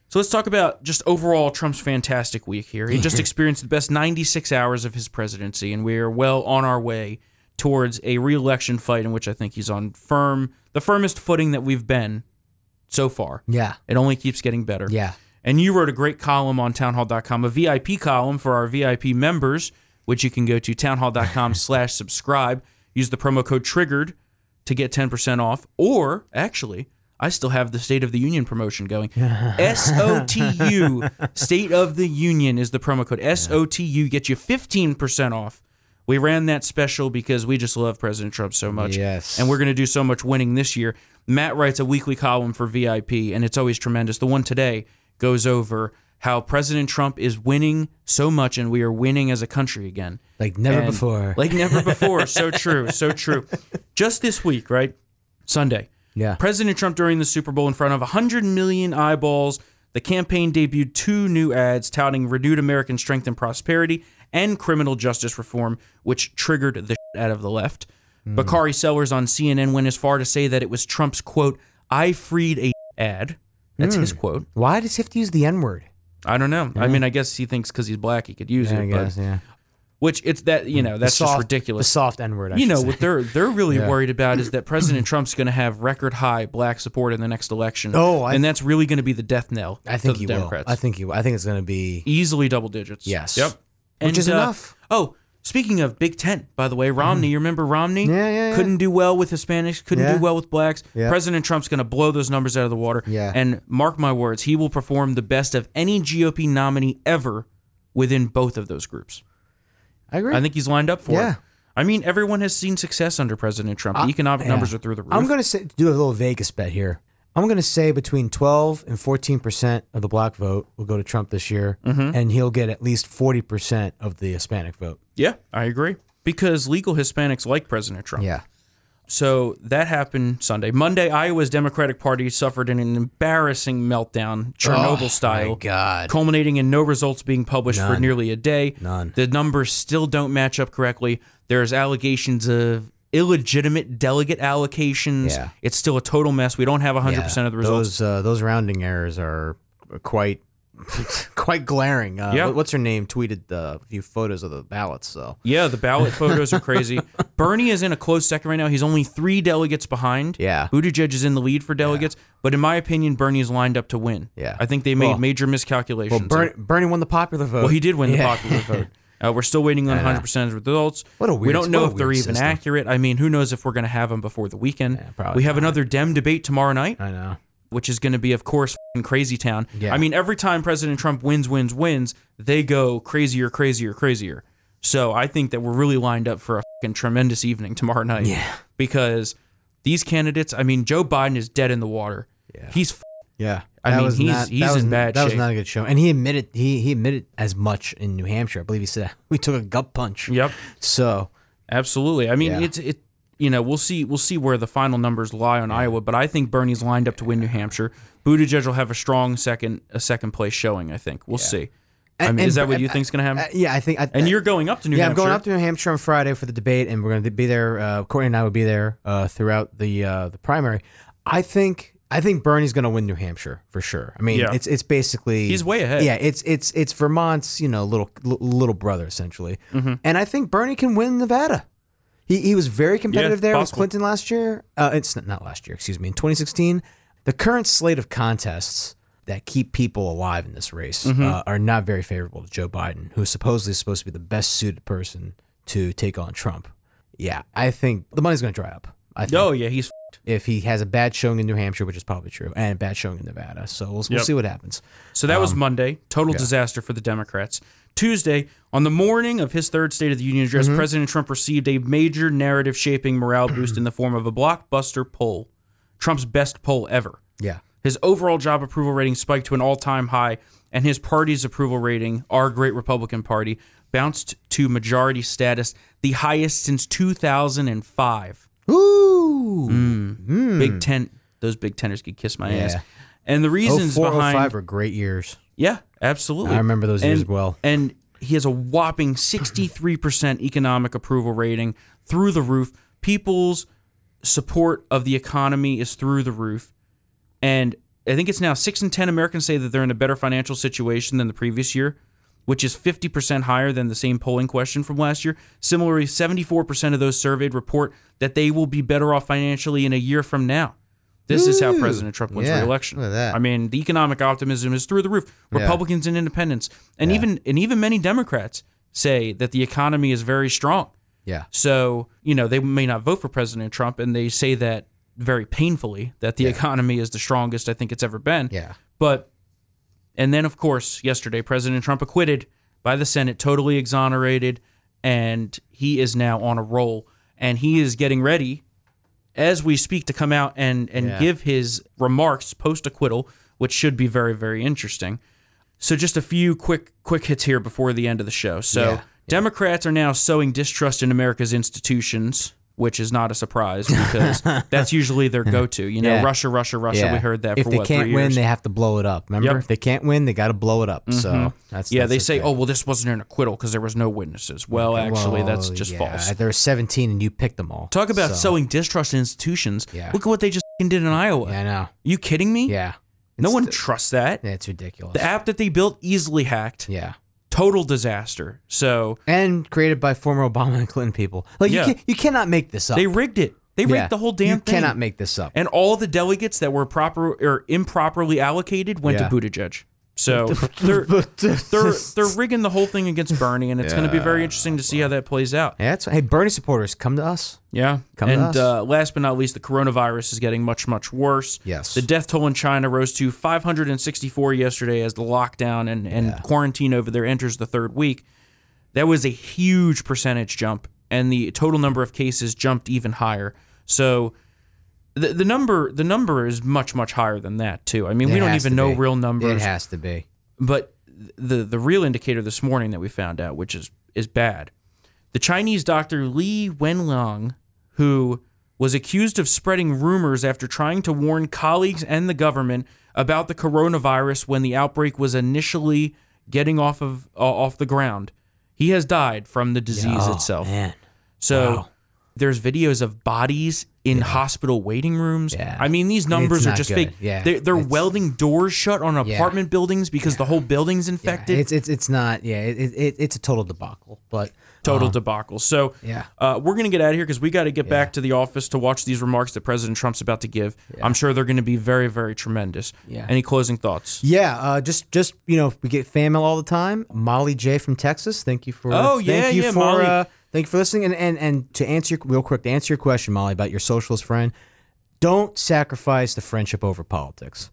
[SPEAKER 1] So let's talk about just overall Trump's fantastic week here. He just experienced the best 96 hours of his presidency, and we are well on our way towards a reelection fight in which I think he's on firm, the firmest footing that we've been so far.
[SPEAKER 2] Yeah.
[SPEAKER 1] It only keeps getting better.
[SPEAKER 2] Yeah.
[SPEAKER 1] And you wrote a great column on townhall.com, a VIP column for our VIP members, which you can go to townhall.com slash subscribe. Use the promo code triggered to get 10% off. Or actually, I still have the State of the Union promotion going. S O T U, State of the Union is the promo code. S O T U gets you 15% off. We ran that special because we just love President Trump so much.
[SPEAKER 2] Yes.
[SPEAKER 1] And we're going to do so much winning this year. Matt writes a weekly column for VIP, and it's always tremendous. The one today goes over how President Trump is winning so much, and we are winning as a country again.
[SPEAKER 2] Like never
[SPEAKER 1] And-
[SPEAKER 2] before.
[SPEAKER 1] Like never before.
[SPEAKER 2] [laughs]
[SPEAKER 1] so true. So true. Just this week, right? Sunday. [laughs]
[SPEAKER 2] Yeah.
[SPEAKER 1] President Trump during the Super Bowl in front of 100 million eyeballs. The campaign debuted two new ads touting renewed American strength and prosperity and criminal justice reform, which triggered the shit out of the left.
[SPEAKER 2] Hmm.
[SPEAKER 1] Bakari Sellers on CNN went as far to say that it was Trump's quote, I freed a ad. That's
[SPEAKER 2] Hmm.
[SPEAKER 1] his quote.
[SPEAKER 2] Why does he have to use the N word?
[SPEAKER 1] I don't know. I mean, I guess he thinks because he's black, he could use it. but,
[SPEAKER 2] Yeah. Hmm.
[SPEAKER 1] Which it's that, you know, that's just
[SPEAKER 2] soft,
[SPEAKER 1] ridiculous
[SPEAKER 2] The soft N word.
[SPEAKER 1] you know
[SPEAKER 2] Say.
[SPEAKER 1] what they're they're really worried about
[SPEAKER 2] [laughs]
[SPEAKER 1] is that President Trump's going to have record high black support in the next election.
[SPEAKER 2] Oh, I-
[SPEAKER 1] and that's really going to be the death knell.
[SPEAKER 2] I think
[SPEAKER 1] to
[SPEAKER 2] he
[SPEAKER 1] the Democrats.
[SPEAKER 2] will. I think he. Will. I think it's gonna be.
[SPEAKER 1] easily double digits.
[SPEAKER 2] Yes.
[SPEAKER 1] Yep. And,
[SPEAKER 2] is
[SPEAKER 1] uh,
[SPEAKER 2] enough. Mm-hmm.
[SPEAKER 1] Oh, speaking of Big Ten, by the way, Romney. You remember Romney?
[SPEAKER 2] Yeah, yeah, yeah.
[SPEAKER 1] Couldn't do well with Hispanics. Couldn't
[SPEAKER 2] Yeah.
[SPEAKER 1] do well with blacks.
[SPEAKER 2] Yeah.
[SPEAKER 1] President Trump's going to blow those numbers out of the water.
[SPEAKER 2] Yeah.
[SPEAKER 1] And mark my words, he will perform the best of any GOP nominee ever within both of those groups.
[SPEAKER 2] I agree.
[SPEAKER 1] I think he's lined up for
[SPEAKER 2] Yeah. Uh,
[SPEAKER 1] it. I mean, everyone has seen success under President Trump. The economic numbers are through the roof.
[SPEAKER 2] I'm gonna say, do a little Vegas bet here. I'm gonna say between 12 and 14 percent of the black vote will go to Trump this year,
[SPEAKER 1] Mm-hmm.
[SPEAKER 2] and he'll get at least 40 percent of the Hispanic vote.
[SPEAKER 1] yeah, I agree. Because legal Hispanics like President Trump.
[SPEAKER 2] Yeah.
[SPEAKER 1] So that happened Sunday. Monday, Iowa's Democratic Party suffered an embarrassing meltdown, Chernobyl style,
[SPEAKER 2] Oh God.
[SPEAKER 1] culminating in no results being published for nearly a day.
[SPEAKER 2] None.
[SPEAKER 1] The numbers still don't match up correctly. There's allegations of illegitimate delegate allocations.
[SPEAKER 2] Yeah.
[SPEAKER 1] It's still a total mess. We don't have 100% of the results.
[SPEAKER 2] Those uh, those rounding errors are quite [laughs] quite glaring. Uh,
[SPEAKER 1] Yeah.
[SPEAKER 2] what- What's her name? Tweeted the few photos of the ballots. So
[SPEAKER 1] Yeah, the
[SPEAKER 2] [laughs]
[SPEAKER 1] ballot photos are crazy. Bernie is in a close second right now. He's only three delegates behind.
[SPEAKER 2] Yeah.
[SPEAKER 1] Buttigieg is in the lead for delegates, but in my opinion, Bernie is lined up to win.
[SPEAKER 2] Yeah.
[SPEAKER 1] I think they made
[SPEAKER 2] Well-
[SPEAKER 1] major miscalculations.
[SPEAKER 2] well, Bernie, Bernie won the popular vote.
[SPEAKER 1] Well, he did win the
[SPEAKER 2] Yeah.
[SPEAKER 1] popular vote. Uh, we're still waiting on 100% of the results.
[SPEAKER 2] What a
[SPEAKER 1] We
[SPEAKER 2] weird-
[SPEAKER 1] don't know
[SPEAKER 2] what a
[SPEAKER 1] if they're
[SPEAKER 2] weird
[SPEAKER 1] even
[SPEAKER 2] system.
[SPEAKER 1] accurate. I mean, who knows if we're going to have them before the weekend?
[SPEAKER 2] probably
[SPEAKER 1] we have another Dem debate tomorrow night,
[SPEAKER 2] [laughs] I know.
[SPEAKER 1] which is going to be, of course, f***ing crazy town.
[SPEAKER 2] Yeah.
[SPEAKER 1] I mean, every time President Trump wins, wins, wins, they go crazier, crazier, crazier. So I think that we're really lined up for a f***ing tremendous evening tomorrow night.
[SPEAKER 2] Yeah.
[SPEAKER 1] Because these candidates, I mean, Joe Biden is dead in the water. Yeah. He's f-
[SPEAKER 2] Yeah,
[SPEAKER 1] I mean, he's- he's
[SPEAKER 2] that was,
[SPEAKER 1] in bad
[SPEAKER 2] That was
[SPEAKER 1] shape.
[SPEAKER 2] not a good show, and he admitted he he admitted as much in New Hampshire. I believe he said [laughs] we took a gut punch.
[SPEAKER 1] Yep.
[SPEAKER 2] So
[SPEAKER 1] Absolutely. I mean,
[SPEAKER 2] Yeah.
[SPEAKER 1] it's it. You know, we'll see. We'll see where the final numbers lie on Iowa, but I think Bernie's lined up to win New Hampshire. Buttigieg will have a strong second, a second place showing. I think we'll see. I
[SPEAKER 2] And-
[SPEAKER 1] mean, is
[SPEAKER 2] and-
[SPEAKER 1] that what you
[SPEAKER 2] and-
[SPEAKER 1] think's going to happen?
[SPEAKER 2] uh, yeah, I think. I,
[SPEAKER 1] and you're going up to New
[SPEAKER 2] yeah, I'm
[SPEAKER 1] Hampshire.
[SPEAKER 2] going up to New Hampshire on Friday for the debate, and we're going to be there. Uh, Courtney and I will be there uh, throughout the uh, the primary. I think I think Bernie's going to win New Hampshire for sure. I mean,
[SPEAKER 1] Yeah.
[SPEAKER 2] it's it's basically
[SPEAKER 1] He's way ahead.
[SPEAKER 2] Yeah, it's it's it's Vermont's you know little li- little brother essentially,
[SPEAKER 1] Mm-hmm.
[SPEAKER 2] and I think Bernie can win Nevada. He he was very competitive there with
[SPEAKER 1] possible.
[SPEAKER 2] Clinton last year. Uh, it's not- not last year, excuse me, in 2016. The current slate of contests that keep people alive in this race
[SPEAKER 1] Mm-hmm.
[SPEAKER 2] uh, are not very favorable to Joe Biden, who is supposedly supposed to be the best suited person to take on Trump. Yeah, I think the money's going to dry up. I think
[SPEAKER 1] Oh yeah, he's
[SPEAKER 2] if he has a bad showing in New Hampshire, which is probably true, and a bad showing in Nevada, so we'll, we'll
[SPEAKER 1] Yep.
[SPEAKER 2] see what happens.
[SPEAKER 1] So that was Monday, total disaster for the Democrats. Tuesday, on the morning of his third State of the Union address, President Trump received a major narrative shaping morale boost in the form of a blockbuster poll, Trump's best poll ever.
[SPEAKER 2] Yeah.
[SPEAKER 1] His overall job approval rating spiked to an all time high, and his party's approval rating, our great Republican Party, bounced to majority status, the highest since 2005.
[SPEAKER 2] Ooh.
[SPEAKER 1] Big Ten, those Big Teners could kiss my
[SPEAKER 2] Yeah.
[SPEAKER 1] ass. And the reasons
[SPEAKER 2] 04,
[SPEAKER 1] behind.
[SPEAKER 2] 05 were oh great years.
[SPEAKER 1] Yeah, absolutely.
[SPEAKER 2] I remember those years
[SPEAKER 1] And-
[SPEAKER 2] well.
[SPEAKER 1] And he has a whopping 63% economic approval rating through the roof. People's support of the economy is through the roof. And I think it's now 6 in 10 Americans say that they're in a better financial situation than the previous year, which is 50% higher than the same polling question from last year. Similarly, 74% of those surveyed report that they will be better off financially in a year from now. This is how President Trump wins
[SPEAKER 2] yeah,
[SPEAKER 1] re-election.
[SPEAKER 2] look at that.
[SPEAKER 1] I mean, the economic optimism is through the roof. Republicans and independents, and even and even many Democrats say that the economy is very strong.
[SPEAKER 2] Yeah.
[SPEAKER 1] So you know they may not vote for President Trump, and they say that very painfully that the economy is the strongest I think it's ever been.
[SPEAKER 2] Yeah.
[SPEAKER 1] But and then of course yesterday President Trump acquitted by the Senate, totally exonerated, and he is now on a roll, and he is getting ready as we speak to come out and and give his remarks post acquittal, which should be very very interesting. So just a few quick quick hits here before the end of the show. So
[SPEAKER 2] Yeah.
[SPEAKER 1] Democrats are now sowing distrust in America's institutions, which is not a surprise
[SPEAKER 2] [laughs]
[SPEAKER 1] because that's usually their go to. You know,
[SPEAKER 2] Yeah.
[SPEAKER 1] Russia, Russia, Russia.
[SPEAKER 2] Yeah.
[SPEAKER 1] We heard that
[SPEAKER 2] if
[SPEAKER 1] for
[SPEAKER 2] they
[SPEAKER 1] what
[SPEAKER 2] can't
[SPEAKER 1] three
[SPEAKER 2] win,
[SPEAKER 1] years.
[SPEAKER 2] they have to blow it up. Remember,
[SPEAKER 1] Yep. Mm-hmm.
[SPEAKER 2] if they can't win, they got to blow it up. So that's
[SPEAKER 1] yeah,
[SPEAKER 2] that's
[SPEAKER 1] they
[SPEAKER 2] the
[SPEAKER 1] say,
[SPEAKER 2] thing.
[SPEAKER 1] oh well, this wasn't an acquittal because there was no witnesses. Well, actually, that's
[SPEAKER 2] Well,
[SPEAKER 1] just
[SPEAKER 2] yeah,
[SPEAKER 1] false.
[SPEAKER 2] There were seventeen, and you picked them all.
[SPEAKER 1] Talk about
[SPEAKER 2] So-
[SPEAKER 1] sowing distrust in institutions.
[SPEAKER 2] Yeah.
[SPEAKER 1] Look at what they just f***ing did in Iowa.
[SPEAKER 2] Yeah, I know.
[SPEAKER 1] You kidding me?
[SPEAKER 2] Yeah,
[SPEAKER 1] No
[SPEAKER 2] It's
[SPEAKER 1] one
[SPEAKER 2] the-
[SPEAKER 1] trusts that.
[SPEAKER 2] yeah, it's ridiculous.
[SPEAKER 1] The app that they built easily hacked.
[SPEAKER 2] yeah,
[SPEAKER 1] Total disaster. So
[SPEAKER 2] and created by former Obama and Clinton people. Like
[SPEAKER 1] Yeah.
[SPEAKER 2] you, can, you cannot make this up.
[SPEAKER 1] they rigged it. They
[SPEAKER 2] Yeah.
[SPEAKER 1] rigged the whole damn
[SPEAKER 2] You
[SPEAKER 1] thing.
[SPEAKER 2] cannot make this up.
[SPEAKER 1] and all the delegates that were proper or improperly allocated went
[SPEAKER 2] Yeah.
[SPEAKER 1] to Buttigieg.
[SPEAKER 2] [laughs]
[SPEAKER 1] So they're, they're they're rigging the whole thing against Bernie, and it's going to be very interesting to see how that plays out.
[SPEAKER 2] yeah, that's, hey, Bernie supporters, come to us.
[SPEAKER 1] Yeah.
[SPEAKER 2] Come to
[SPEAKER 1] and
[SPEAKER 2] us.
[SPEAKER 1] Uh, last but not least, the coronavirus is getting much, much worse.
[SPEAKER 2] Yes.
[SPEAKER 1] The death toll in China rose to 564 yesterday as the lockdown and, and quarantine over there enters the third week. That was a huge percentage jump, and the total number of cases jumped even higher. So. The, the number the number is much much higher than that too. I mean, we
[SPEAKER 2] It
[SPEAKER 1] don't
[SPEAKER 2] has
[SPEAKER 1] even
[SPEAKER 2] to
[SPEAKER 1] know
[SPEAKER 2] be.
[SPEAKER 1] real numbers
[SPEAKER 2] It has to be.
[SPEAKER 1] but the the real indicator this morning that we found out, which is is bad, the Chinese doctor Li Wenliang, who was accused of spreading rumors after trying to warn colleagues and the government about the coronavirus when the outbreak was initially getting off of uh, off the ground. He has died from the disease
[SPEAKER 2] Oh,
[SPEAKER 1] itself.
[SPEAKER 2] man.
[SPEAKER 1] So
[SPEAKER 2] Wow.
[SPEAKER 1] there's videos of bodies in hospital waiting rooms.
[SPEAKER 2] Yeah.
[SPEAKER 1] I mean, these numbers
[SPEAKER 2] It's
[SPEAKER 1] are
[SPEAKER 2] not
[SPEAKER 1] just
[SPEAKER 2] good.
[SPEAKER 1] fake.
[SPEAKER 2] Yeah.
[SPEAKER 1] They're, they're
[SPEAKER 2] It's-
[SPEAKER 1] welding doors shut on apartment buildings because the whole building's infected.
[SPEAKER 2] It's it's it's not. Yeah, it, it- it, it's a total debacle. But
[SPEAKER 1] total debacle. So
[SPEAKER 2] yeah.
[SPEAKER 1] uh, we're going to get out of here because we got to get back to the office to watch these remarks that President Trump's about to give. I'm sure they're going to be very, very tremendous.
[SPEAKER 2] Yeah.
[SPEAKER 1] Any closing thoughts?
[SPEAKER 2] Yeah, uh, just just you know, we get fan mail all the time. Molly J from Texas, thank you for
[SPEAKER 1] Oh,
[SPEAKER 2] thank
[SPEAKER 1] yeah,
[SPEAKER 2] you
[SPEAKER 1] yeah,
[SPEAKER 2] for
[SPEAKER 1] Molly.
[SPEAKER 2] Uh, thank you for listening. And and and to answer your, real quick to answer your question, Molly, about your socialist friend, don't sacrifice the friendship over politics.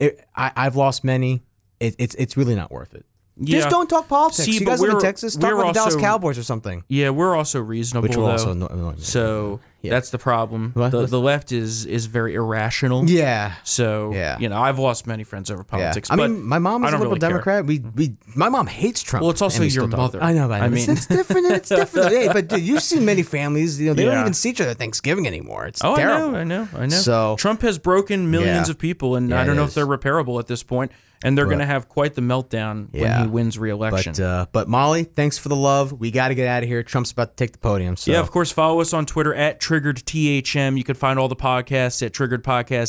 [SPEAKER 2] It, I, I've lost many. It, it's it's really not worth it.
[SPEAKER 1] Yeah.
[SPEAKER 2] Just don't talk politics.
[SPEAKER 1] See,
[SPEAKER 2] you
[SPEAKER 1] but
[SPEAKER 2] guys live in
[SPEAKER 1] we're-
[SPEAKER 2] Texas. Talk
[SPEAKER 1] we're
[SPEAKER 2] about the Dallas
[SPEAKER 1] also-
[SPEAKER 2] Cowboys or something.
[SPEAKER 1] Yeah, we're also reasonable.
[SPEAKER 2] Which will also
[SPEAKER 1] though.
[SPEAKER 2] anno- annoy me.
[SPEAKER 1] So that's the problem.
[SPEAKER 2] What?
[SPEAKER 1] The, the left is is very irrational.
[SPEAKER 2] Yeah.
[SPEAKER 1] So
[SPEAKER 2] Yeah.
[SPEAKER 1] you know, I've lost many friends over politics.
[SPEAKER 2] I
[SPEAKER 1] but
[SPEAKER 2] mean, my mom
[SPEAKER 1] I
[SPEAKER 2] is a
[SPEAKER 1] don't
[SPEAKER 2] liberal
[SPEAKER 1] really care.
[SPEAKER 2] Democrat. We, we, my mom hates Trump.
[SPEAKER 1] Well, it's also
[SPEAKER 2] and we
[SPEAKER 1] your
[SPEAKER 2] still don't.
[SPEAKER 1] mother.
[SPEAKER 2] I know, but
[SPEAKER 1] I
[SPEAKER 2] I mean, it's,
[SPEAKER 1] mean-
[SPEAKER 2] it's different. It's different. hey, but dude, you've seen many families. You know, they
[SPEAKER 1] Yeah.
[SPEAKER 2] don't even see each other at Thanksgiving anymore. It's
[SPEAKER 1] Oh, I
[SPEAKER 2] terrible.
[SPEAKER 1] know, I know, I know.
[SPEAKER 2] So-
[SPEAKER 1] Trump has broken millions
[SPEAKER 2] Yeah.
[SPEAKER 1] of people, and I
[SPEAKER 2] Yeah,
[SPEAKER 1] don't
[SPEAKER 2] it
[SPEAKER 1] know if
[SPEAKER 2] is.
[SPEAKER 1] they're repairable at this point, and they're going to have quite the meltdown
[SPEAKER 2] Yeah.
[SPEAKER 1] when he wins re-election.
[SPEAKER 2] But uh, but Molly, thanks for the love. We got to get out of here. Trump's about to take the podium. So
[SPEAKER 1] Yeah, of course. Follow us on Twitter at TriggeredTHM. You can find all the podcasts at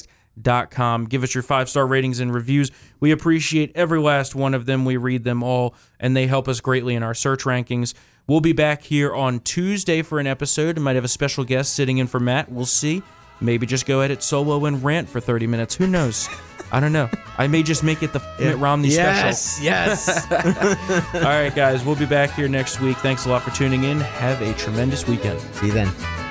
[SPEAKER 1] TriggeredPodcast.com. Give us your five star ratings and reviews. We appreciate every last one of them. We read them all, and they help us greatly in our search rankings. We'll be back here on Tuesday for an episode. We might have a special guest sitting in for Matt. We'll see. Maybe just go at it solo and rant for 30 minutes. Who knows? I don't know. I may just make it the Mitt Romney special.
[SPEAKER 2] yes, yes.
[SPEAKER 1] All right, guys. We'll be back here next week. Thanks a lot for tuning in. Have a tremendous weekend.
[SPEAKER 2] [laughs] see you then.